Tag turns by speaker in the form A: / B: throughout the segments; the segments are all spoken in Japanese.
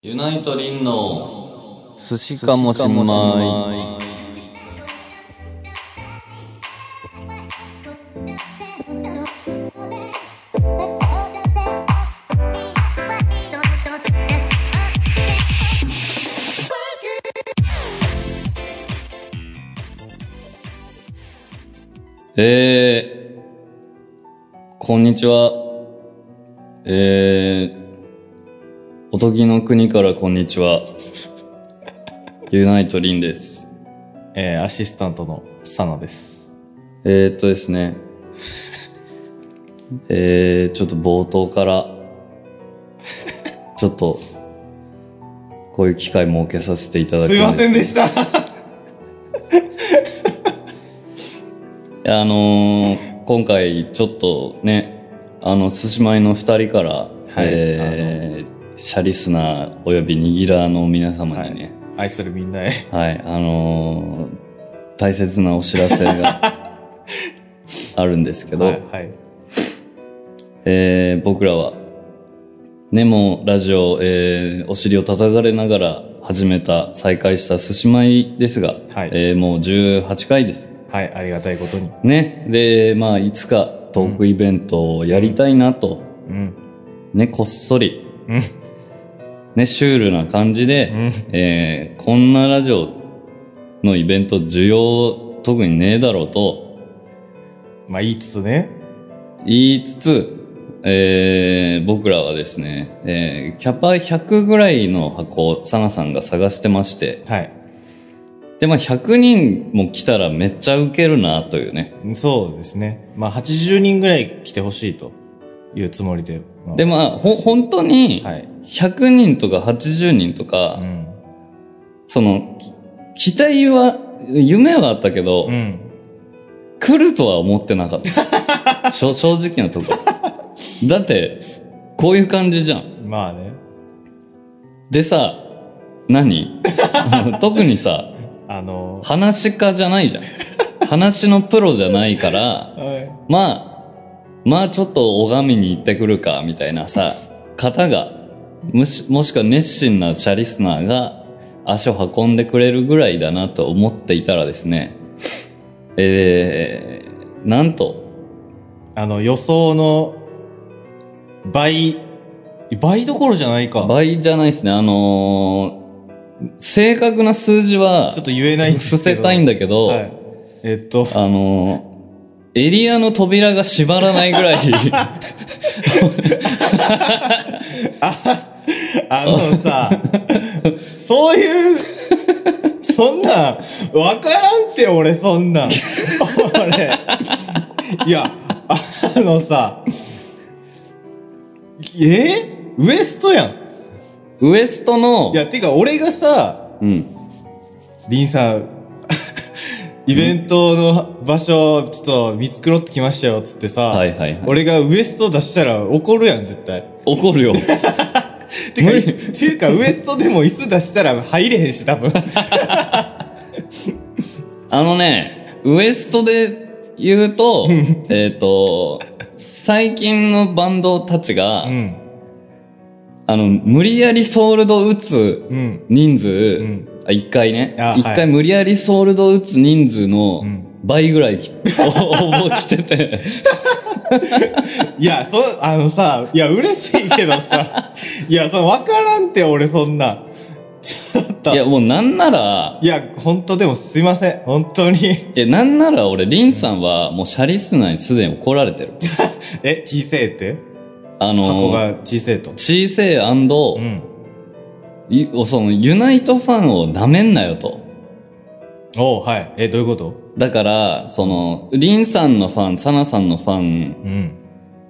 A: ユナイトリンの寿司かもしんない。えー、こんにちは。えー、おとぎの国からこんにちは。ユナイトリンです。
B: えーアシスタントのサナです。
A: えー、っとですね。えー、ちょっと冒頭から、ちょっと、こういう機会設けさせていただき
B: すいませ
A: ん。
B: んでした
A: いやあのー今回ちょっとね、あの、すしまいの二人から、えー、シャリスナーおよびニギラーの皆様にね、
B: 愛するみんなへ。
A: はい、あのー大切なお知らせが あるんですけど、
B: はい、はい。
A: えー僕らは、ネモラジオ、えーお尻を叩かれながら始めた、再開したすしまいですが、
B: はい
A: えーもう18回です。
B: はい、ありがたいことに。
A: ね。で、まあ、いつかトークイベントをやりたいなと、
B: うん。
A: ね、こっそり、
B: うん。
A: ね、シュールな感じで、
B: うん。
A: えーこんなラジオのイベント需要特にねえだろうと
B: まあ、言いつつね。
A: 言いつつ、えー僕らはですね、えーキャパ100ぐらいの箱をサナさんが探してまして、
B: はい。
A: で、まあ100人も来たらめっちゃウケるなというね。
B: そうですね。まあ、80人ぐらい来てほしいというつもりで。まあ
A: で、まあ、ほ、本当に、
B: はい。
A: 100人とか80人とか
B: う、ん。
A: その、き期待は、夢はあったけど、
B: うん。
A: 来るとは思ってなかった。しょ正直なとこ。だって、こういう感じじゃん。
B: まあね。
A: でさ、何あの特にさ、
B: あの
A: 話し家じゃないじゃん。話のプロじゃないから、
B: は
A: まあ、まあちょっと拝みに行ってくるか、みたいなさ、方が、もし、もしくは熱心なシャリスナーが足を運んでくれるぐらいだなと思っていたらですね、えー、なんと、
B: い。あの、予想の倍、倍どころじゃないか。
A: 倍じゃないですね。あのー正確な数字は
B: ちょっと言えないんですけ
A: 伏
B: ど。
A: せたいんだけど、
B: はい。えっと、
A: あのーエリアの扉が閉まらないぐらい、
B: あのさ、そういう、そんなん、わからんって、俺、そんなん。俺、いや、あのさ、えウエストやん。
A: ウエストの
B: い、や、てか、俺がさ、
A: うん、
B: リンさん、イベントの場所、ちょっと見繕ってきましたよ、つってさ、
A: はいはいはい
B: 俺がウエスト出したら怒るやん、絶対。
A: 怒るよ。無
B: てか、て
A: 理
B: いうか、ウエストでも椅子出したら入れへんし、多分。
A: あのね、ウエストで言うと、えっと、最近のバンドたちが、
B: うん。
A: あの、無理やりソールド打つ
B: うん。
A: 人数、
B: ん
A: あ一回ね
B: あ。
A: 一
B: はい
A: 回無理やりソールド打つ人数の
B: ん
A: 倍ぐらいき、応募してて。
B: いや、そ、あのさ、いや、嬉しいけどさ、いや、その、わからんって、俺、そんな。ちょっと。
A: い
B: いや、
A: や、もうなんなら、
B: 本当でも、すいません。本当に。
A: いや、なんなら俺、リンさんはもうシャリスナーにすでに怒られてる。
B: え、小せえって
A: あのー、
B: 箱が小せえと。
A: 小せえ
B: うん。
A: いその、ユナイトファンを舐めんなよと。
B: おう、はい。え、どういうこと
A: だから、その、リンさんのファン、サナさんのファン
B: うん。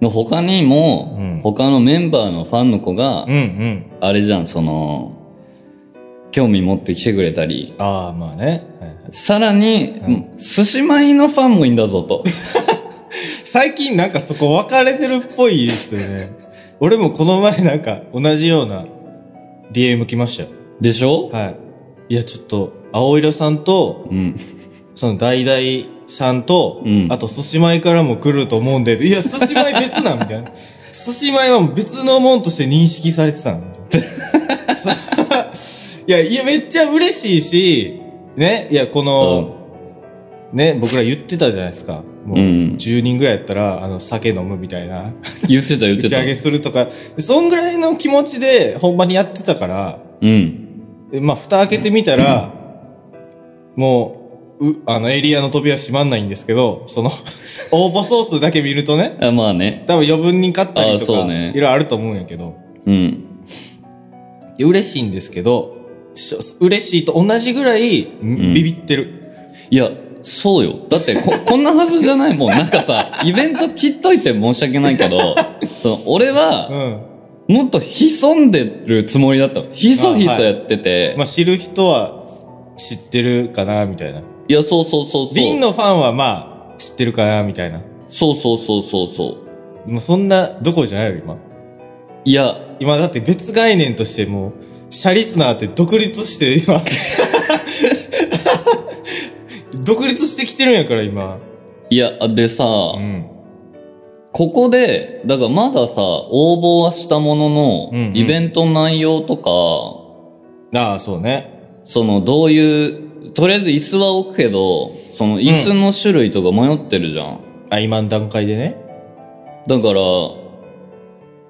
A: の他にも、
B: うん
A: 他のメンバーのファンの子が、
B: うん、うん。
A: あれじゃん、その、興味持ってきてくれたり、
B: ああ、まあね。はいはい
A: さらに、うん寿司米のファンもいいんだぞ と。
B: 最近、なんか、そこ、分かれてるっぽいですよね。俺も、この前、なんか、同じような、DM 来ましたよ。
A: でしょ、
B: はい。いや、ちょっと、青色さんと、
A: うん。
B: その、大々さんと、
A: うん
B: あと、寿司米からも来ると思うんで、いや、寿司米 別なんみたいな。寿司米は別のもんとして認識されてたの。そいや、いや、めっちゃ嬉しいし、ね、いや、この、ね、僕ら言ってたじゃないですか。もう、
A: うん
B: 10人ぐらいやったら、あの、酒飲むみたいな、
A: 言ってた言っ
B: 打
A: て
B: ち
A: た
B: 上。げするとか、そんぐらいの気持ちで、ほんまにやってたから、
A: うん。
B: えまあ、蓋開けてみたら、もう、う、あの、エリアの扉閉まんないんですけど、その、 応募総数だけ見るとね、
A: あまあね。
B: 多分余分に買ったりと
A: あ
B: か、
A: そうね
B: いろいろあると思うんやけど、
A: うん。
B: いや嬉しいんですけど、しょ嬉しいと同じぐらい、んビビってる。
A: いや、そうよ。だってこ、 こんなはずじゃないもん。なんかさ、イベント切っといて申し訳ないけ ど、その俺は、
B: うん。
A: もっと潜んでるつもりだったのひそひそやってて、い
B: まあ、知る人は知ってるかな、みたいな。
A: や、そうそうそうそう。
B: リンのファンはまあ、知ってるかな、みたいな。
A: そうそうそうそうそう。
B: もうそんな、どころじゃないよ、今。
A: いや、
B: 今だって別概念としてもう、シャリスナーって独立して今。 独立してきてるんやから今。
A: いや、でさ、
B: うん。
A: ここで、だからまださ、応募はしたものの、
B: うんうん
A: イベントの内容とか、
B: ああ、そうね。
A: その、どういう、とりあえず椅子は置くけど、その椅子の種類とか迷ってるじゃん。
B: あ、今の段階でね。
A: だから、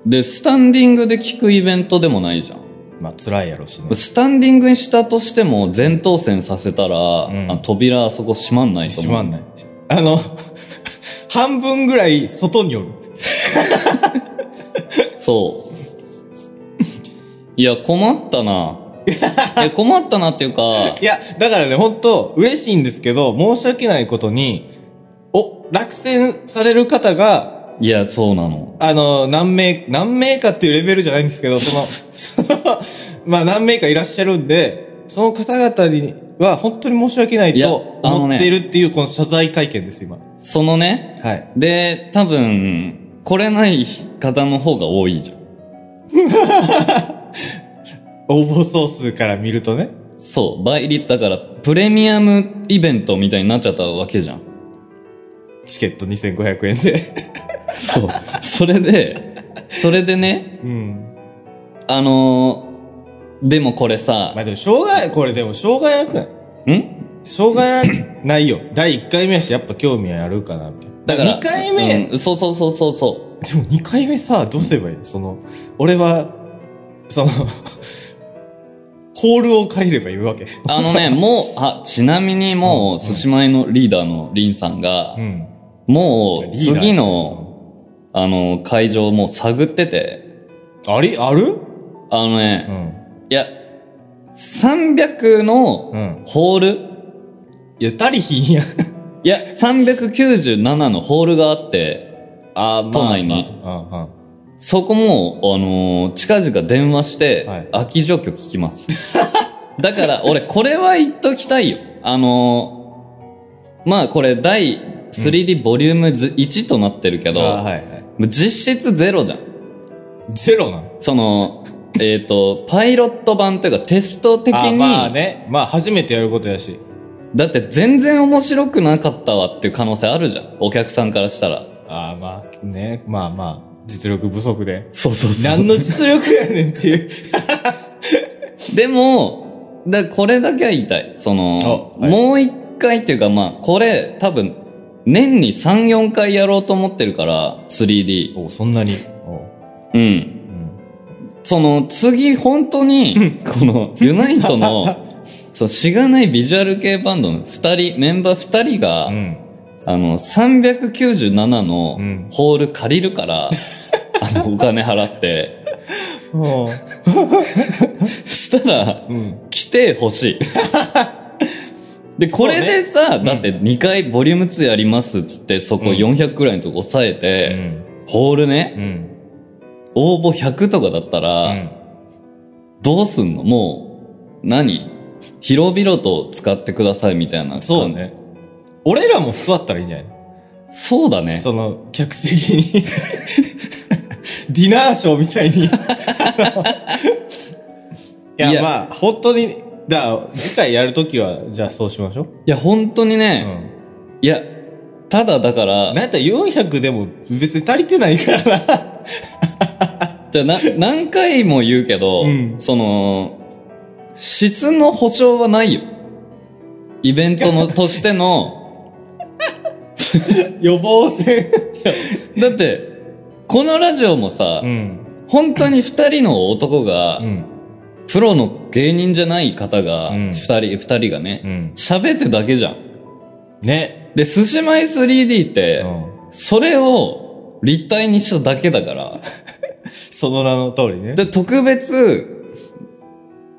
A: で、スタンディングで聞くイベントでもないじゃん。
B: まあ辛いやろしね。
A: スタンディングにしたとしても、前頭戦させたら、
B: ん
A: あ扉あそこ閉まんないと思
B: 閉
A: う。
B: まんない。あの、 半分ぐらい外におる。
A: そう。 いや、困った な。いや、困ったなっていうか、
B: いや、だからね、ほんと、嬉しいんですけど、申し訳ないことに、お、落選される方が、
A: いや、そうなの。
B: あの、何名、何名かっていうレベルじゃないんですけど、その、その まあ何名かいらっしゃるんで、その方々には本当に申し訳ない
A: いや
B: と
A: あの
B: 思
A: ね
B: っているっていうこの謝罪会見です、今。
A: そのね、
B: はい。
A: で、多分、来れない方の方が多いじゃん。
B: 応募総数から見るとね。
A: そう、倍率だから、プレミアムイベントみたいになっちゃったわけじゃん。
B: チケット2500円で。
A: そう。それで、それでね、
B: うん。
A: あのーでもこれさ
B: ま、あでも、しょうがない、これでもしょうがなくない
A: ん
B: しょうがなないよ。第1回目やし、やっぱ興味はあるかな、みたいな。
A: だから、
B: 2回目、
A: うん、そうそうそうそうそ
B: でも2回目さ、どうすればいいのその、俺は、その、 ホールを借りればいいわけ。
A: う。あの ね、もう、あ、ちなみにもう、寿司前のリーダーのリンさんが、
B: うん。
A: もう、
B: リーダー
A: 次の、あの、会場もう探ってて、
B: ありある
A: あのね、
B: ん。
A: いや、300
B: う
A: の
B: ん。
A: ホール、
B: いや、足りひんやん。
A: いや、397のホールがあって、
B: あー、 まあ
A: 都内に
B: まあうんうん。
A: そこも、あのー近々電話して、
B: はい
A: 空き状況聞きます。 だから、俺、これは言っときたいよ。あのーまあ、これ、第 3D ボリューム1となってるけど、
B: あーはいはい。
A: 実質ゼロじゃん。
B: ゼロなの
A: その、えっ、と、パイロット版というかテスト的
B: あー
A: に、
B: まあね。まあ、初めてやることやし。
A: だって全然面白くなかったわっていう可能性あるじゃん。お客さんからしたら。
B: あー、まあ、ね。まあまあ、実力不足で。
A: そうそう
B: 何の実力やねんっていう。
A: でも、だこれだけは言いたい。その、
B: あはい
A: もう一回っていうかまあ、これ多分、年に3、4回やろうと思ってるから、3D。
B: お、そんなに。お
A: うん。
B: うん。
A: その、次本当 に、この、ユナイトの、その、しがないビジュアル系バンドの二人、メンバー二人が、
B: うん。
A: あの、397の
B: うん
A: ホール借りる から、あの、お金払って、
B: お
A: したら、
B: うん。
A: 来てほ しい。で、これでさ、だって2回ボリューム2やりますっつって、そこ400くらいのとこ抑え
B: う
A: て、
B: ん。
A: ホールね、
B: うん。
A: 応募100とかだったら、どうすんのもう、何広々と使ってくださいみたいな。
B: そう。ね。俺らも座ったらいいんじゃない
A: そうだね。
B: その、客席に、ディナーショーみたいにあの。
A: い
B: い
A: や
B: や、まあ、本当に、だ、次回やるときは、じゃあそうしましょう。
A: いや、本当に
B: う
A: ね、
B: ん。
A: いや、ただだから、
B: なんやったら400でも別に足りてないからな。
A: じゃあな、何回も言うけど、
B: うん
A: その、質の保証はないよ。イベント の、としての、
B: 予防線。
A: だって、このラジオもさ、
B: ん。
A: 本当に二人の男が、
B: うん。
A: プロの芸人じゃない方が、
B: うん
A: 二人、二人が
B: う
A: ね、
B: ん。
A: 喋ってだけじゃん。
B: ね。
A: で、寿司マイ 3D って、
B: ん。
A: それを立体にしただけだから。
B: その名の通りね。
A: で、特別、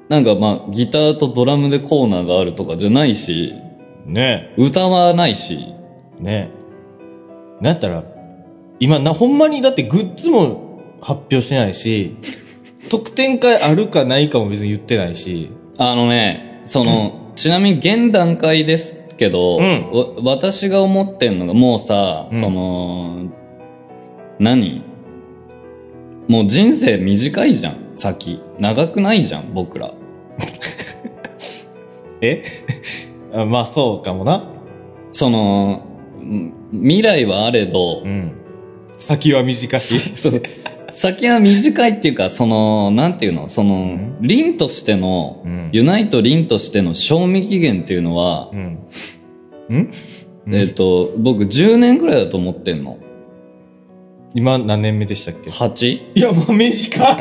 A: なんかまあ、ギターとドラムでコーナーがあるとかじゃないし、
B: ね。
A: 歌はないし、
B: ね。なんやったら、今な、ほんまにだってグッズも発表してない し、特典会あるかないかも別に言ってないし。
A: あのね、その、ちなみに現段階ですけど、
B: うん
A: わ私が思ってんのがもうさ、
B: うん
A: その、何もう人生短いじゃん、先。長くないじゃん、僕ら。
B: え あまあそうかもな。
A: その、ん未来はあれど、
B: うん。先は短し。
A: そう。先は短いっていうか、その、なんていうのその、凛としての、
B: うん
A: ユナイト凛としての賞味期限っていうのは、
B: うん。
A: えっ、と、僕10年ぐらいだと思ってんの。
B: 今何年目でしたっけ
A: 8?
B: いや、 もう短っ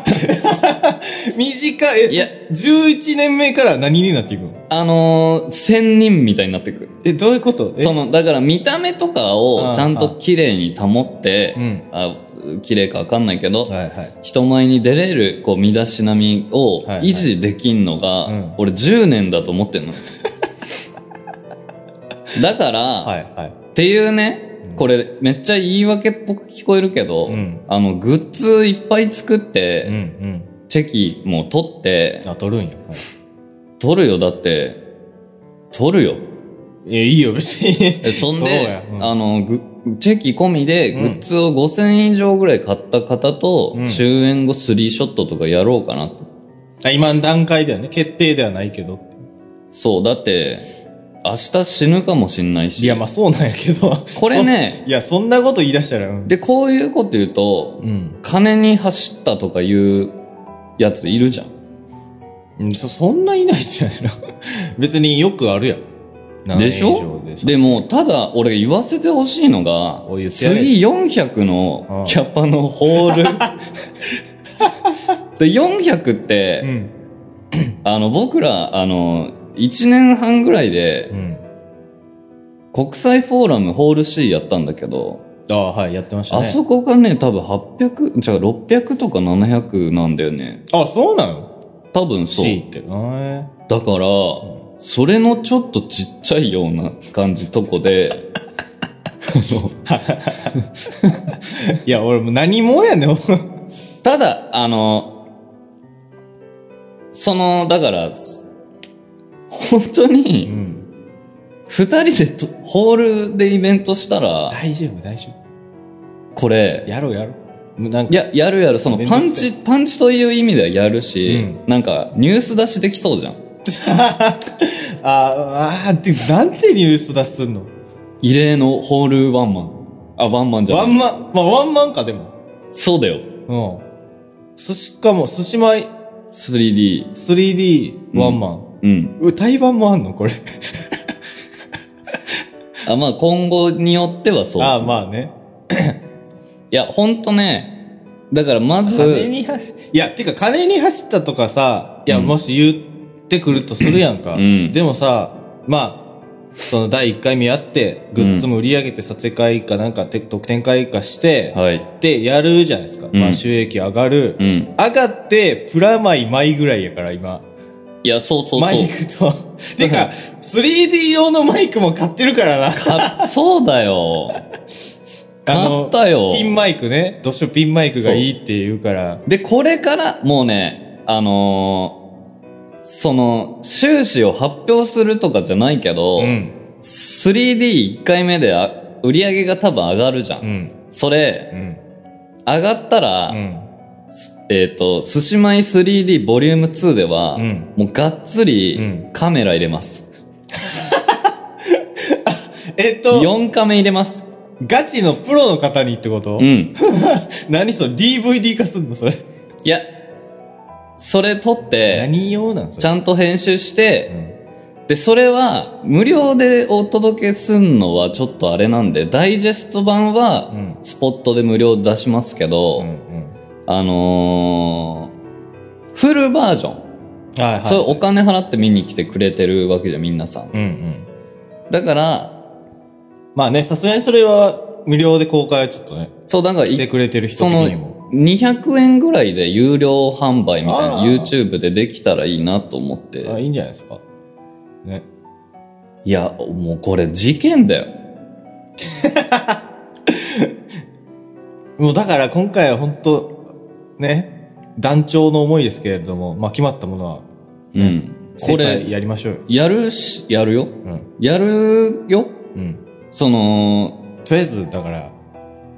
B: 短い。え、
A: いや
B: 11年目から何になっていくの
A: あのー、千人みたいになってく。
B: え、どういうことえ
A: その、だから見た目とか
B: あ
A: を
B: あ
A: ちゃんと綺麗に保って、
B: うん
A: あ綺麗かわかんないけど、
B: はいはい。
A: 人前に出れる、こう、身だしなみを
B: はいはい
A: 維持できんのが、
B: うん
A: 俺10年だと思 ってんの。だから、
B: はいはい。
A: っていうね、これめっちゃ言い訳っぽく聞こえるけど、
B: うん
A: あの、グッズいっぱい作っ
B: うん
A: て、チェキも取っ
B: う
A: て
B: ん。、あ、取るんや。はい
A: 取るよ、だって、取るよ。
B: いや、いいよ、別に。
A: えそん
B: 取ろうや
A: で、
B: うん
A: あの、グチェキ込みで
B: うん
A: グッズを5000以上ぐらい買った方と、
B: うん
A: 終演後スリーショットとかやろうかなと。
B: あ今の段階ではね、決定ではないけど。
A: そう、だって、明日死ぬかもしんない
B: い
A: し。
B: や、まあそうなんやけど。
A: これね
B: そ。 いや、そんなこと言い出したら、うん。
A: で、こういうこと言うと、
B: うん
A: 金に走ったとかいうやついるじゃん。
B: うんそ、そんないないじゃないの。 別によくあるやん。
A: でしょ
B: 7以上
A: でも、ただ、俺言わせてほしいのが
B: おい、言ってやれ
A: 次400
B: うん
A: のキャパのホー ル。で、400って、
B: うん。
A: あの、僕ら、あの、1年半ぐらいで
B: う、ん。
A: 国際フォーラムホール C やったんだけど、
B: ああ、はい、やってましたね。
A: あそこがね、多分800、じゃあ600とか700なんだよね。
B: あ、そうなの
A: 多分そう。
B: ?C って。あ
A: だから、それのちょっとちっちゃいような感じとこで、
B: ー いや、俺もう何もやねん。
A: ただ、あの、その、だから、本当
B: う
A: に、
B: ん。
A: 二人でとホールでイベントしたら、
B: 大丈夫、大丈
A: こ
B: 夫。
A: れ、
B: やろう、やろう。もうなんか
A: い、や、やるやる、その
B: めんど
A: パン
B: くさ
A: チ、
B: い
A: パンチという意味ではやるし、
B: うん
A: なんか、ニュース出しできそうじゃん。
B: あーあーって、なんてニュース出しすんの
A: 異例のホールワンマン。あ、ワンマンじゃ
B: ワ
A: ない。
B: ンマン、まあワンマンか、でも。
A: そうだよ。
B: うん。すしかも、すしまい
A: 3D。
B: 3D ワンマン。
A: うん。
B: う台湾もあんのこれ。
A: あ、まあ、今後によってはそう。
B: ああ、まあね。
A: いや、ほんとね、だからま
B: 金
A: ず、
B: に走、いや、てか金に走ったとかさ、いや、
A: うん
B: もし言ってくるとするやんか。
A: うん
B: でもさ、まあ、その第1回目やって、グッズも売り上げて、撮影会かなんか、て特典会かして、
A: はい。
B: で、やるじゃないですか。
A: ん
B: まあ、収益上がる。
A: うん。
B: 上がって、プラマイマイぐらいやから、今。
A: いや、そうそう
B: マ
A: そ
B: イ
A: う。
B: クと。てか、3D 用のマイクも買ってるからな。
A: か、そうだよ。買ったよ
B: ピンマイクね。どうしてもピンマイクがいいって言うから。
A: で、これから、もうね、あのーその、収支を発表するとかじゃないけど、
B: うん。
A: 3D1 回目であ売り上げが多分上がるじゃん。
B: うん。
A: そうれ、
B: ん。
A: 上がったら、
B: うん。
A: えっ、と、寿司米 3D ボリューム2では、
B: うん
A: もうがっつ
B: う
A: り
B: ん
A: カメラ入れます。
B: えっと、
A: 4カメ入れます。
B: ガチのプロの方にってこと
A: うん。
B: 何それ ?DVD 化すんのそれ。
A: いや、それ撮って、
B: 何用なんそれ
A: ちゃんと編集して、
B: うん
A: で、それは、無料でお届けすんのはちょっとあれなんで、ダイジェスト版は
B: うん、
A: スポットで無料で出しますけど、
B: うんうん
A: あのー、フルバージョン。
B: はいはい
A: それお金払って見に来てくれてるわけじゃん、みんなさん。
B: うんうん
A: だから、
B: まあねさすがにそれは無料で公開はちょっとね
A: そう、だからい、
B: してくれてる人
A: そ
B: 的
A: の
B: にも、
A: 200円ぐらいで有料販売みたいな
B: あー
A: YouTube でできたらいいなと思って。
B: あいいんじゃないですかね
A: いや、もうこれ事件だよ。
B: もうだから今回は本当ね、団長の思いですけれども、まあ決まったものは、
A: うん。こ
B: こ
A: れ、
B: れやりましょうよ。
A: やるし、やるよ。
B: うん。
A: やるよ
B: うん。
A: その、
B: とりあえず、だから、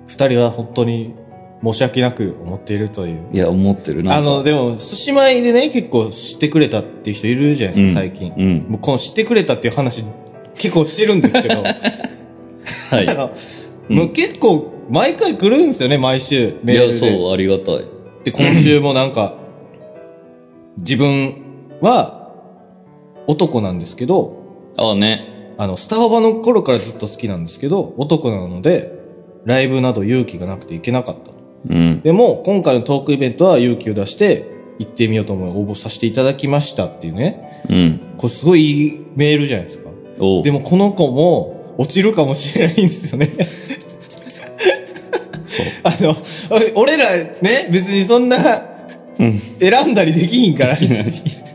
B: 二人は本当に申し訳なく思っているという。
A: いや、思ってるな。
B: あの、でも、寿司米でね、結構知ってくれたっていう人いるじゃないですか、
A: うん
B: 最近。
A: うん
B: もうこの知ってくれたっていう話、結構してるんですけど、
A: は
B: あ
A: い。
B: の、もう結構、毎回来るんですよね、毎週。
A: い
B: メール
A: や、
B: で。
A: そう、ありがたい。
B: で、今週もなんか、自分は男なんですけど、
A: ああね。
B: あの、スタオバの頃からずっと好きなんですけど、男なので、ライブなど勇気がなくて行けなかった。
A: うん。
B: でも、今回のトークイベントは勇気を出して、行ってみようと思い応募させていただきましたっていうね。
A: うん。
B: これすごいいいメールじゃないですか。
A: おう
B: でもこの子も落ちるかもしれないんですよね。
A: そう。
B: あの、俺らね、別にそんな、
A: うん
B: 選んだりできひんから、別 に。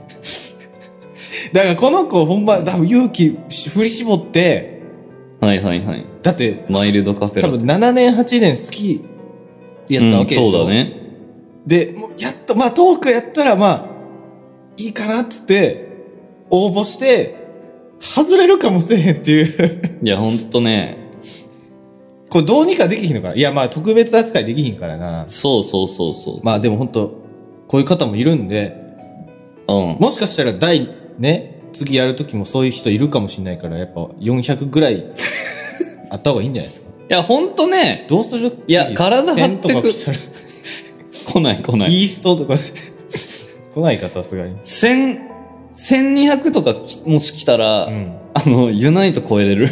B: だからこの子ほんま、多分勇気し振り絞って、
A: はいはいはい。
B: だって、
A: マイルドカフェラ
B: 多分7年、8年好きやったわけでしょ、
A: うんそうだ。ね。
B: で、もうやっと、まあトークやったら、まあ、いいかなっつって、応募して、外れるかもしれへんっていう。
A: いや、ほんとね。
B: これどうにかできひんのかないや、まあ特別扱いできひんからな。
A: そうそうそうそう。
B: まあでも本当こういう方もいるんで、
A: うん。
B: もしかしたら第、ね、次やるときもそういう人いるかもしれないから、やっぱ400ぐらいあった方がいいんじゃないですか。
A: いや、ほんとね、
B: どうする
A: いや体張ってく
B: 1000と か来たら
A: 来ない来ない。
B: イーストとか、 来ないか、さすがに。
A: 千、千二百とかきもし来たら、
B: うん。
A: あの、ユナイト超え れる。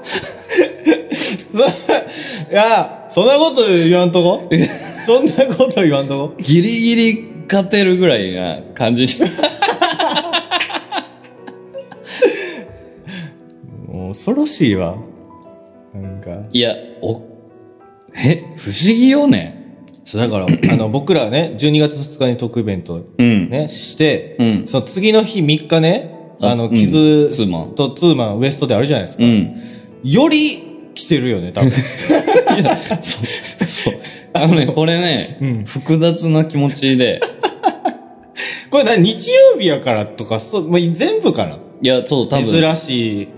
B: そ、いや、そんなこと言わん とこそんなこと言わんとこ
A: ギリギリ勝てるぐらいな感じ。
B: もう恐ろしいわ。なんか。
A: いや、お、え、不思議よね。
B: そう、だから、あの、 僕らね、12月2日に特イベント
A: うん。
B: ね、して、
A: うん
B: その次の日3日ね、
A: あ
B: あの、
A: うん
B: 傷
A: ツーマン
B: とツーマン、ウエストであるじゃないですか。
A: うん。
B: より来てるよね、 多分。
A: そう。そう。あのね、これね、
B: うん
A: 複雑な気持ちで。
B: これ何日曜日やからとか、そう、もう全部かない
A: や、そう、多分。
B: 珍しい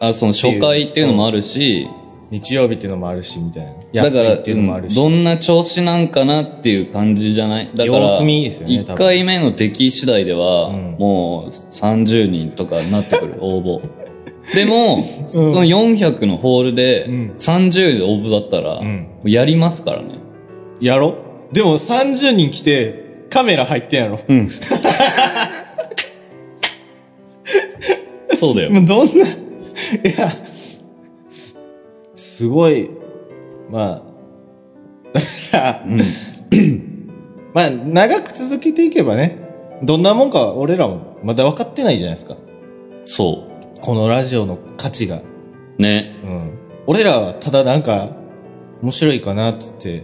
A: あ、その初回っていうのもあるし、
B: 日曜日っていうのもあるし、みたいな。
A: だ
B: 安
A: か
B: い
A: ら、
B: っていうのもあ
A: う
B: る
A: ん
B: し。
A: どんな調子なんかなっていう感じじゃないだから、
B: 様子見ですよね多
A: 1
B: 分
A: 回目の出来次第では、
B: うん
A: もう30人とかになって くる、応募。でも、その400のホールで
B: うん
A: 30で応募だったら、
B: ん
A: もうやりますからね。
B: やろでも30人来て、カメラ入ってんやろ。
A: うん。そうだよ。
B: もうどんな、 いや、すごい、まあ、だから、 まあ、長く続けていけばね、どんなもんか俺らもまだ分かってないじゃないですか。
A: そ
B: このラジオの価値が。
A: う。ね。
B: うん。俺らはただなんか、面白いかなっつって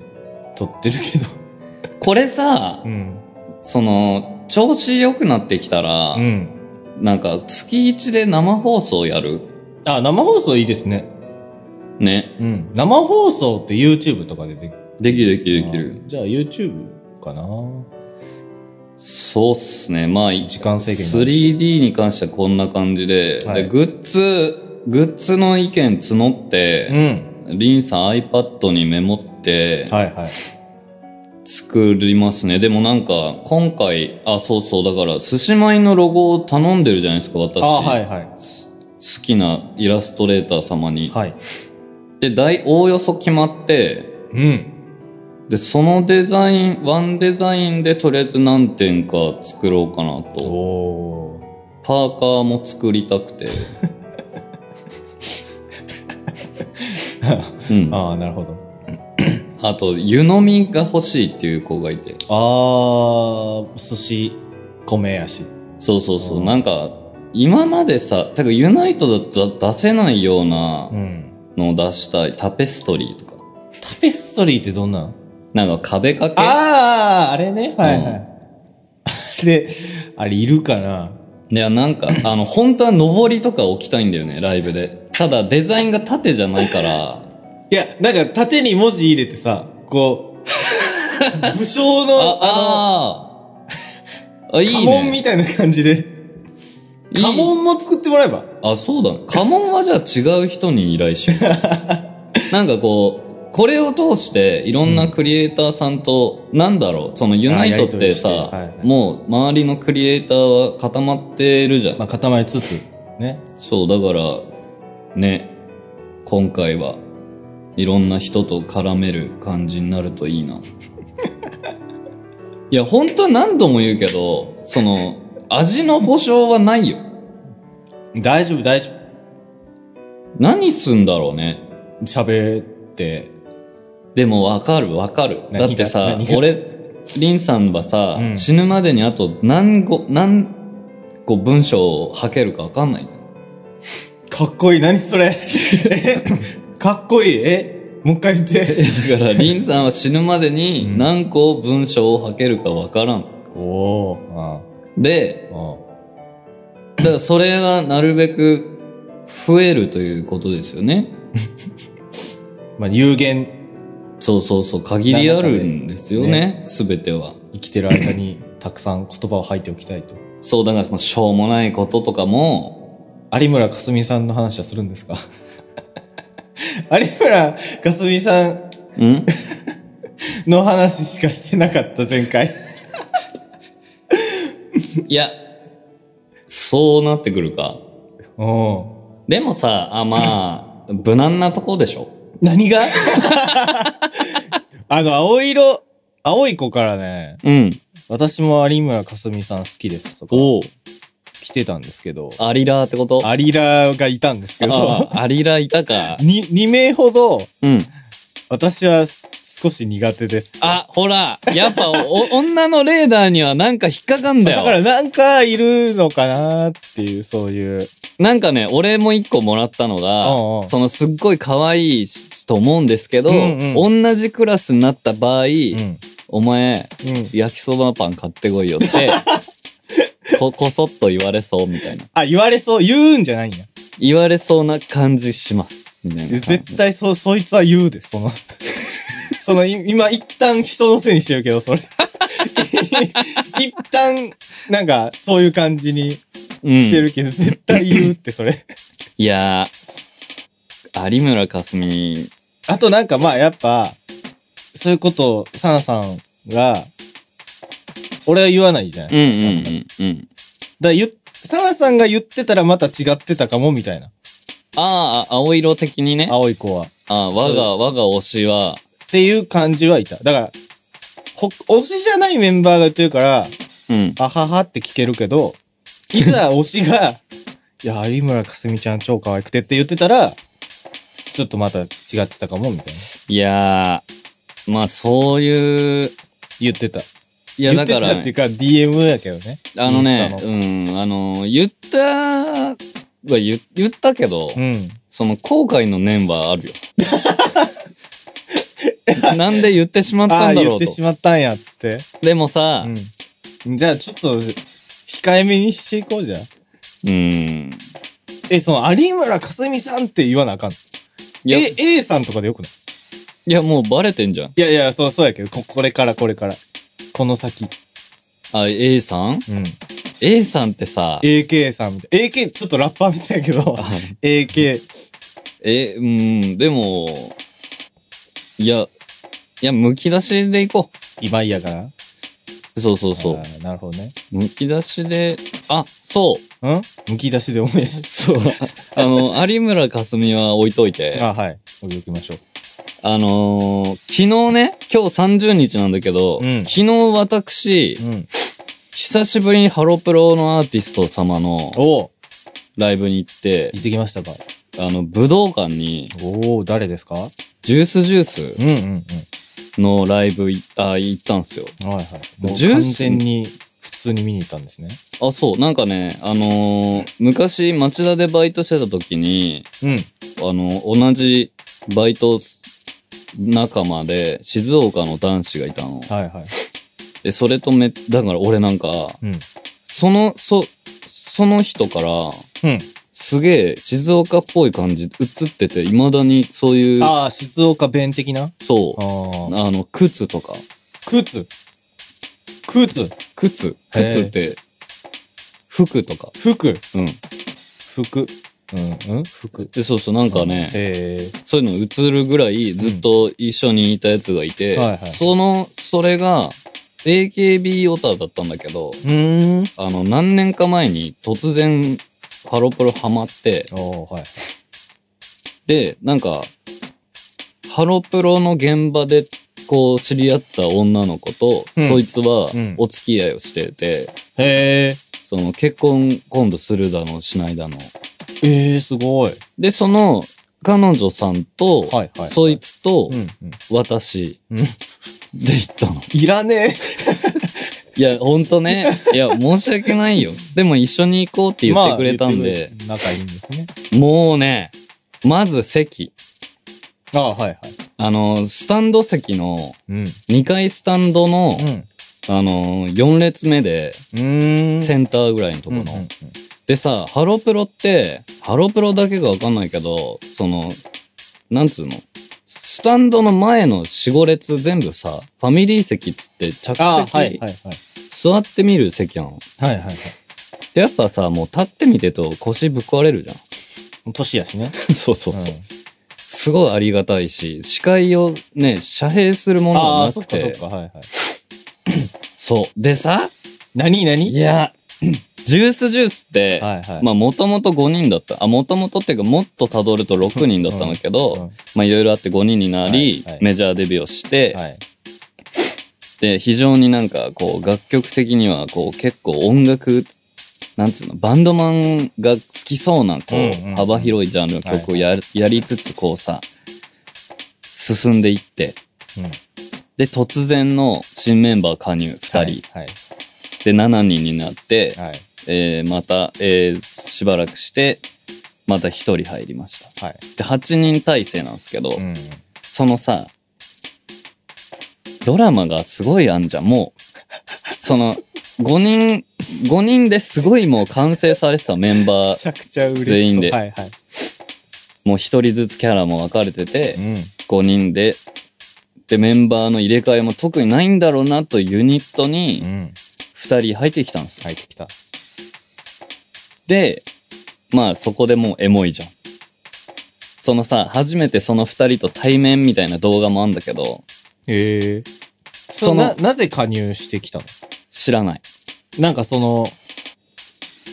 B: 撮ってるけど。
A: これさ、
B: うん。
A: その、調子良くなってきたら、
B: うん。
A: なんか月1で生放送やる
B: あ、生放送いいですね。
A: ね。
B: うん。生放送って YouTube とかででき
A: できるできるできる。
B: あじゃあ YouTube かな。
A: そうっすね。まあ、
B: 時間制限もある
A: 3D に関してはこんな感じで、
B: はい
A: で、グッズ、グッズの意見募っ
B: う
A: て、
B: ん。
A: リンさん iPad にメモって
B: はいはい。
A: 作りますね。でもなんか、今回、あ、そうそう、だから、寿司米のロゴを頼んでるじゃないですか、私。
B: あ、はいはい。
A: 好きなイラストレーター様に。
B: はい。
A: で、大、おおよそ決まって、
B: うん。
A: で、そのデザイン、ワンデザインでとりあえず何点か作ろうかな
B: お
A: と。
B: お
A: パーカーも作りたく て。うん
B: ー。。ああ、なるほど。
A: あと、湯飲みが欲しいっていう子がいて。
B: ああ、寿司、米やし。
A: そうそうそう。
B: うん
A: なんか、今までさ、多分ユナイトだと出せないような
B: うん。
A: のを出したい。タペストリーとか。
B: タペストリーってどんなん
A: なんか壁掛け
B: ああ、あれね。はいは
A: う
B: い。 あれ、あれいるかない
A: や、なんか、あの、本当は上りとか置きたいんだよね、ライブで。ただ、デザインが縦じゃない から、
B: いや、なんか縦に文字入れてさ、こ う、武将の、あ
A: ああーあ、い
B: の、
A: い
B: 家紋
A: ね。
B: みたいな感じで。
A: いい
B: 家紋も作ってもらえば。
A: あ、そうだ。家紋はじゃあ違う人に依頼しよ う。なんかこう、これを通して、いろんなクリエイターさんと、なんだろう、そのユナイトってさ、
B: あやりとりしてはいはい
A: もう周りのクリエイターは固まってるじゃん。
B: まあ、固まりつつ、ね。
A: そう、だから、ね、今回はいろんな人と絡める感じになるといい な。いや、本当は何度も言うけど、その、味の保証はないよ。
B: 大丈夫、大丈夫。
A: 何すんだろうね。
B: 喋って。
A: でもわかるわかる。だ
B: 何が
A: ってさ
B: 何、が
A: 俺、リンさんはさ、
B: うん
A: 死ぬまでにあと何個、何個文章を吐けるかわかんないんだよ。
B: かっこいい、何それ。えかっこいい、えもう一回言って。
A: だから、リンさんは死ぬまでに何個文章を吐けるかわからん。
B: おー、
A: で、
B: ああ
A: だからそれがなるべく増えるということですよね。
B: まあ、有限、
A: そうそうそう、限りあるんですよね、すべ、ては。
B: 生きてる間 に、たくさん言葉を吐いておきたいと。
A: そう、だからもうしょうもないこととかも、
B: 有村架純さんの話はするんですか 有村架純さん
A: ん
B: の話しかしてなかった、前回。
A: いや、そうなってくるか。
B: おう
A: でもさ、あ、まあ、無難なとこでしょ。
B: 何が あの、青色、青い子からね、
A: うん。
B: 私も有村架純さん好きですとか
A: おう
B: 来てたんですけど、
A: アリラーってこと
B: アリラがいたんですけど、。
A: あアリラいたか
B: に2名ほど
A: うん。
B: 私は少し苦手です。
A: あ、ほら、やっぱお、 女のレーダーにはなんか引っかかんだよ。
B: だからなんかいるのかなっていう、そういう。
A: なんかね、俺も一個もらったのが、
B: うんうん
A: そのすっごい可愛いと思うんですけど、
B: うん
A: 同じクラスになった場合、
B: うん。
A: お前、
B: うん。
A: 焼きそばパン買ってこいよ って、こ、こそっと言われそうみたいな。
B: あ、言われそう、言うんじゃないんや。
A: 言われそうな感じします。みたいな感じ。
B: 絶対そ、そいつは言うで、その。 その、い今、一旦人のせいにしてるけど、それ。 一旦、なんか、そういう感じにして
A: うん、
B: るけど、絶対言うって、それ。
A: いやー、有村架純、
B: あとなんか、まあ、やっぱ、そういうことを、サナさんが、俺は言わないじゃん。
A: うんうんうんうん。
B: だ言っサナさんが言ってたらまた違ってたかも、みたいな。
A: あーあ、青色的にね。あ
B: 青い子は。っ
A: あー、我が、我が推しは、
B: ていう感じはいた。だから、ほ、推しじゃないメンバーが言ってるから、
A: うん。
B: あははって聞けるけど、いざ推 しが、いや、有村かすみちゃん超可愛くてって言ってたら、ちょっとまた違ってたかも、みたいな。
A: いやー、まあそういう、
B: 言ってた。
A: いや
B: 言
A: だ
B: って
A: か
B: た
A: ら、
B: っていうか、DM やけどね。
A: あの
B: イン
A: ね
B: ス、タ
A: うん、あの、言ったは言言ったけど、
B: うん。
A: その後悔の念はあるよ。 なんで言ってしまっ
B: あ
A: た
B: あ、
A: んだ
B: 言
A: ろ
B: っ
A: う
B: て
A: と。
B: しまったんや、つって。
A: でもさ、
B: うん。じゃあ、ちょっと、控えめにしていこうじゃん。
A: うん、
B: え、その、有村かすみさんって言わなあかん。
A: いや、
B: え
A: い、
B: A さんとかでよくない
A: やもうバレてんじゃん。
B: いやいや、そう、そうやけど、こ、これから、これから。この先。
A: あ、A さん
B: うん。
A: ?A さんってさ、
B: AK さんみたい。AK、ちょっとラッパーみたいやけど、AK。
A: え、うん、でも、いや、いや、むき出しでいこ
B: 今井やから
A: う。そうそうそう
B: あ。ーなるほどね。
A: むき出しで、あ、そう。
B: うんむき出しで思い出し
A: そう。あの、有村架純は置いといて、
B: あ、はい。置いておきましょう。
A: あのー昨日ね、今日30日なんだけど、
B: うん
A: 昨日私、
B: うん。
A: 久しぶりにハロプロのアーティスト様の
B: おう
A: ライブに行って、
B: 行ってきましたか
A: あの、武道館に、
B: おお誰ですか
A: ジュースジュース
B: うんうん
A: のライブいあ行ったんすよ。
B: うん。はいはい。もう
A: ジュース
B: 完全に普通に見に行ったんですね。
A: あ、そう、なんかね、あのー昔町田でバイトしてた時に、
B: うん。
A: あの、同じバイト仲間で静岡の男子がいたの。
B: はいはい。
A: で、それとめ、だから俺なんか、
B: うん。
A: その、そ、その人から、
B: うん。
A: すげえ静岡っぽい感じ映ってて、未だにそういう、
B: ああ、静岡弁的な
A: そ
B: あ
A: う、
B: あ。
A: あの、靴とか、
B: 靴。靴。
A: 靴、
B: へえ
A: 靴って、服とか、
B: 服。
A: うん。
B: 服。うん。うん服。
A: で、そうそう、なんかね、
B: ええ。
A: そういうの映るぐらいずっと一緒にいたやつがいて、
B: うんはいはい
A: その、それが、AKB オタだったんだけど、
B: うーん。
A: あの、何年か前に突然、ハロプロハマって、
B: おおはい。
A: で、なんか、ハロプロの現場で、こう、知り合った女の子と、
B: うん
A: そいつは
B: うん、
A: お付き合いをしてて、
B: へえ。
A: その、結婚今度するだの、しないだの。
B: ええ、すごい。
A: で、その、彼女さんと、
B: はいはいはい
A: そいつと、
B: ん。うん。
A: 私、
B: うん
A: で行ったの。
B: いらね
A: いや、ほんとね。いや、申し訳ないよ。でも一緒に行こうって
B: え。
A: 言ってくれたん
B: まあ言っ
A: で
B: て、くれ仲いいんですね。
A: もうね、まず席。
B: ああ、はいはい。
A: あの、スタンド席の、
B: うん。うん。
A: 2階スタンドの、あの、4列目で、
B: うーん。
A: センターぐらいのところの。でさ、ハロプロって、ハロプロだけがわかんないけど、その、なんつうのスタンドの前の4、5列全部さ、ファミリー席っつって着席、
B: ああ、はいはいはい。
A: 座ってみる席なの。
B: はいはいはい。
A: で、やっぱさ、もう立ってみてと腰ぶっ壊れるじゃん。
B: 年やしね。
A: そうそう
B: うん
A: そう。すごいありがたいし、視界をね、遮蔽するもの
B: あ
A: が
B: あ、
A: な
B: そっ
A: く。
B: かそってか、はいはい。
A: そう。でさ、
B: 何何
A: いや、 ジュースジュースって、
B: はいはい。
A: まあもともと5人だった。あ、もともとっていうかもっと辿ると6人だったんだけど、
B: うん
A: まあいろいろあって5人になり、
B: はいはい
A: メジャーデビューをして、
B: はい。
A: で、非常になんかこう楽曲的にはこう結構音楽、なんつうの、バンドマンが好きそうな、こう、
B: うんうんうん
A: 幅広いジャンルの曲をや,、やりつつこうさ、進んでいって、
B: うん
A: で、突然の新メンバー加入2人、
B: はい
A: で、7人になって、
B: はい。はい。
A: えーまた、えーしばらくして、また1人入りました。
B: はい。
A: で、8人体制なんですけど、
B: うん。
A: そのさ、ドラマがすごいあんじゃん、もう。その、5人、5人ですごいもう完成されてたメンバ
B: め
A: ー、
B: ちゃくちゃ嬉しい。
A: 全員で
B: はいはい。
A: もう1人ずつキャラも分かれてて
B: う、ん。
A: 5人で、で、メンバーの入れ替えも特にないんだろうなというユニットに
B: うん。
A: 2人入ってきたんですよ。
B: 入ってきた。
A: で、まあそこでもうエモいじゃん。そのさ、初めてその二人と対面みたいな動画もあんだけど、
B: へえ。そ
A: その
B: の、な、なぜ加入してきたの
A: 知らない。
B: なんかその、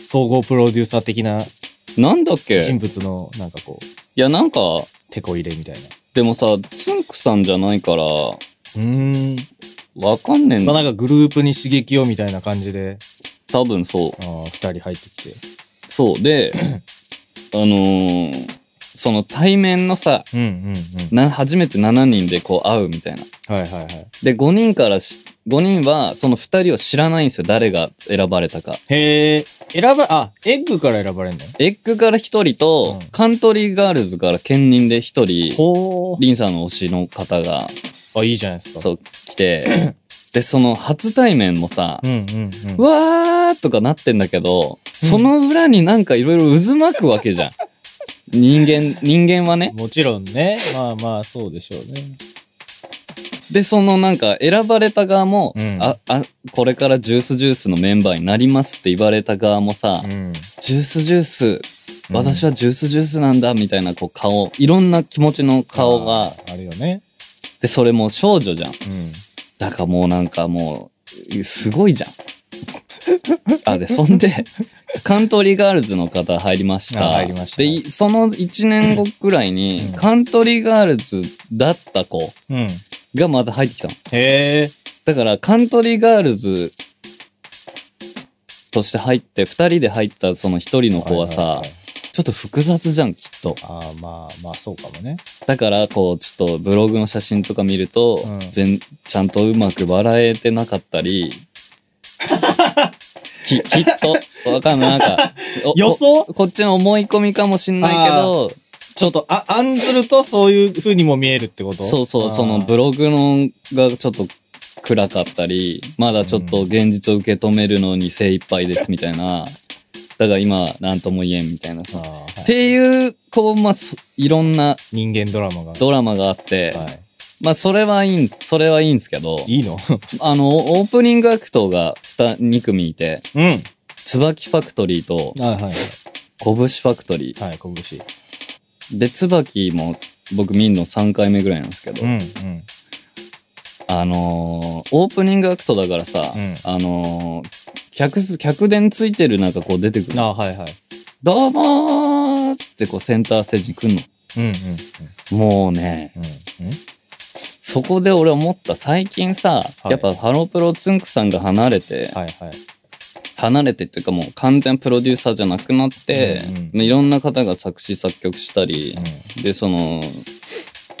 B: 総合プロデューサー的な
A: なんだっけ
B: 人
A: い
B: 物の、なんかこう、
A: やなんか、
B: 手こ入れみたいな。
A: でもさ、つんくさんじゃないから、
B: うーん。
A: わかんねえん
B: まあ
A: だ。
B: なんかグループに刺激をみたいな感じで、
A: 多分そう。
B: あー二人入ってきて。
A: そう。 で、あのーその対面のさ、
B: うんうんうん。
A: な、初めて7人でこう会うみたいな。
B: はいはいはい。
A: で、5人からし、5人はその2人を知らないんですよ。誰が選ばれたか。
B: へえ、選ば、あ、エッグから選ばれんの
A: エッグから一人と、
B: うん
A: カントリーガールズから兼任で一人、
B: ほ
A: リンさんの推しの方が、
B: ー。あ、いいじゃないですか。う。
A: そう、来て、で、その初対面もさ、
B: うんうんうん。
A: うわーとかなってんだけど、その裏になんかいろいろ渦巻くわけじゃん。人間、人間はね。
B: もちろんね。まあまあ、そうでしょうね。
A: で、そのなんか選ばれた側も、
B: うん
A: あ、あ、これからジュースジュースのメンバーになりますって言われた側もさ、
B: うん。
A: ジュースジュース、
B: うん
A: 私はジュースジュースなんだみたいなこう顔、いろんな気持ちの顔が、
B: あー。あるよね。
A: で、それも少女じゃん。
B: うん。
A: だからもうなんかもう、すごいじゃん。あ、で、そんで、カントリーガールズの方入りました。
B: あ入りました
A: で、いその1年後くらいに、カントリーガールズだった子
B: うん。
A: がまた入ってきたの。
B: へえ。
A: だから、カントリーガールズとして入って、2人で入ったその1人の子はさ、
B: はいはいはい
A: ちょっと複雑じゃん、きっと。
B: ああ、まあまあ、そうかもね。
A: だから、こう、ちょっとブログの写真とか見ると、
B: うん
A: 全ちゃんとうまく笑えてなかった り、き、きっと、わかんない、なんか、 お
B: 予想
A: おこっちの思い込みかもしんないけど、
B: ちょっと、あ、案ずるとそういう風にも見えるってこと
A: そうそう、そのブロ
B: ロ
A: グのがちょっと暗かったり、まだちょっと現実を受け止めるのに精一杯ですみたいな、だから今、なんとも言えんみたいなさ。っ
B: はい、
A: ていう、こう、まあ、そいろんな
B: 人間ドラマが。
A: ドラマがあって、
B: は
A: まあ、それはいいん、それはいいんですけど、
B: い。いいの
A: あの、オープニングアクトが 2, 2組いて、
B: うん。はい
A: 椿ファクトリーと
B: はいはい。
A: 拳ファクトリ
B: はい、拳。
A: ー。で、椿も僕見んの3回目ぐらいなんですけど、
B: うんうん。
A: あのーオープニングアクトだからさ、
B: うん
A: あのー客す、客電ついてる中こう出てくる。
B: ああ、はいはい。
A: どうもーっつってこうセンターステージに来んの。
B: うんうんうん
A: もうね、
B: うんうん。
A: そこで俺思った最近さ、
B: い
A: やっぱハロプロツンクさんが離れて、
B: はいはい。
A: 離れてっていうかもう完全プロデューサーじゃなくなって、
B: うん
A: いろんな方が作詞作曲したり、
B: う
A: で、その、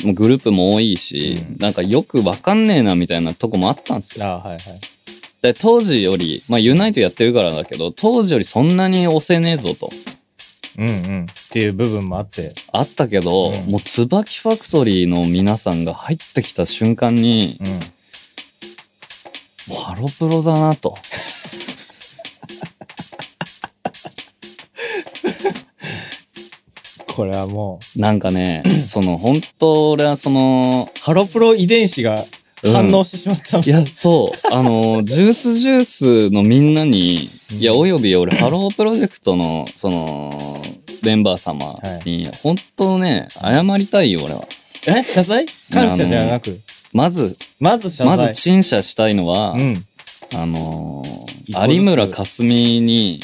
A: もうグループも多いし、
B: うん
A: なんかよくわかんねえなみたいなとこもあったんです
B: ん。
A: よ。
B: ああ、はいはい。
A: で、当時より、まあユナイトやってるからだけど、当時よりそんなに押せねえぞと。
B: うんうん。っていう部分もあって。
A: あったけど、
B: うん
A: もう椿ファクトリーの皆さんが入ってきた瞬間に、
B: うん。
A: もうハロプロだなと。
B: これはも
A: なんかね、その本当俺はその、
B: う、ハロプロ遺伝子が反応してしまった。
A: いや、そう、あの、ジュースジュースのみんなに、
B: うん
A: いや、および俺、ハ ロープロジェクトの、その、メンバー様に、本当ね、謝りたいよ、俺は。
B: え謝罪感謝じゃなく。
A: まず、
B: まず謝
A: ま
B: 罪。
A: ず陳謝したいのは
B: う、ん。
A: あの
B: 一
A: ー、
B: 歩ずつ
A: 有村架純 に、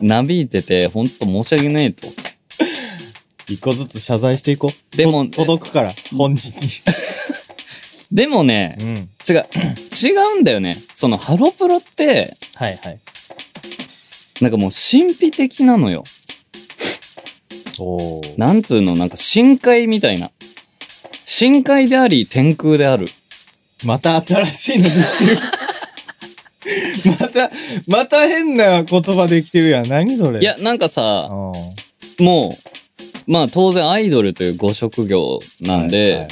A: なびいてて、本当申し訳ねえと。
B: 一個ずつ謝罪していこう。
A: でも
B: と届くから、本人
A: でもね
B: に。、うん。
A: 違う、 違うんだよね。その、ハロプロって、
B: はいはい。
A: なんかもう神秘的なのよ。
B: おー。
A: なんつうの、なんか深海みたいな。深海であり、天空である。
B: また新しいのできてる。 また、また変な言葉できてるやん。何それ。
A: いや、なんか
B: うん、
A: さ、
B: は
A: もう、まあ当然アイドルというご職業なんで、
B: いはいはい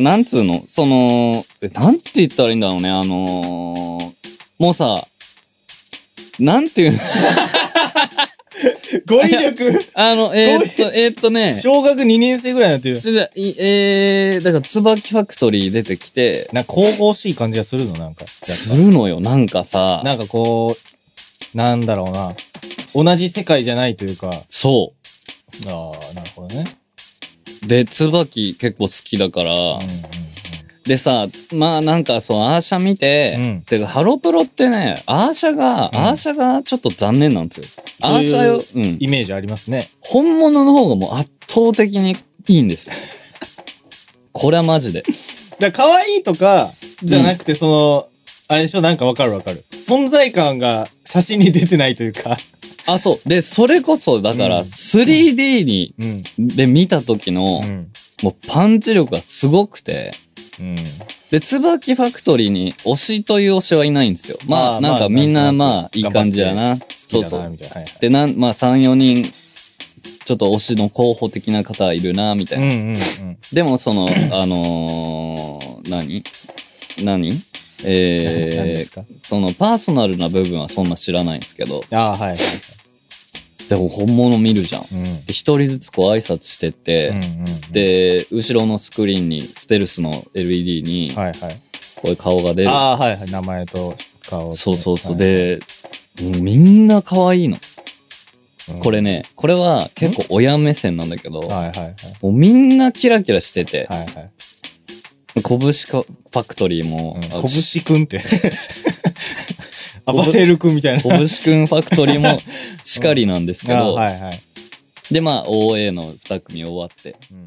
A: なんつうの、その、えなんて言ったらいいんだろうね、あのーもうさ、なんていうの、
B: 語彙力、
A: あの、えーっと、えーっと ね、
B: 小学2年生ぐらいになってる。
A: ちょちょいえー、だから、椿ファクトリー出てきて、
B: なんか神々しい感じがするのなんか。
A: するのよ、なんかさ、
B: なんかこう、なんだろうな。同じ世界じゃないというか。あ
A: そ
B: あ、なるほどね。
A: う。で、椿結構好きだから、
B: う
A: でさ、まあなんかそのアーシャ見て、
B: うん
A: てかハロプロってね、アーシャが、
B: うん
A: アーシャがちょっと残念なんですよ。ア
B: そう
A: ー
B: い
A: シ
B: う
A: ャよ、うん
B: ん。イメージありますね。
A: 本物の方がもう圧倒的にいいんです。 これはマジで。
B: だから可愛いとか、じゃなくて、その、あれでしょなんかわかるわかる。存在感が写真に出てないというか。
A: あ、そう。で、それこそだから
B: うん
A: 3D に、
B: うん。
A: で見た時の、
B: ん。
A: もうパンチ力がすごくて、
B: うん。
A: で、椿ファクトリーに推しという推しはいないんですよ。ま
B: あ
A: あ、
B: ー
A: なん
B: ま
A: か
B: あ
A: みんな
B: なんとなく
A: まあいい感じだな。
B: そ
A: そううそ
B: そうう。。みたいな。はい
A: で、なん、まあ、3、4人、ちょっと推しの候補的な方いるな、みたいな。
B: はい。うんうんうん。
A: でも、そ の、あのー何何
B: 何
A: え
B: です
A: ー
B: か、
A: そのパーソナルな部分はそんな知らないんですけど、
B: ああ、はい。
A: でも本物見るじゃん。で
B: うん。
A: 一人ずつこう挨拶してって、
B: うんうん、
A: で、後ろのスクリーンに、ステルスの LED に、
B: はいはい。
A: こういう顔が出る。
B: ああ、はいはい。名前と顔と。
A: そうそうそう。
B: はい、
A: で、うんみんな可愛いの。
B: うん
A: これ。ね、これは結構親目線なんだけど、
B: はいはいはい。
A: もうみんなキラキラしてて、
B: はいはい。
A: 拳かファクトリーも、
B: うん
A: あ
B: 拳くんって。 暴れる君みた いな。
A: オブシ君ファクトリーもしかりなんですけ
B: あ
A: ど、
B: はいはい。
A: で、まあ、OA の2組終わって、
B: うん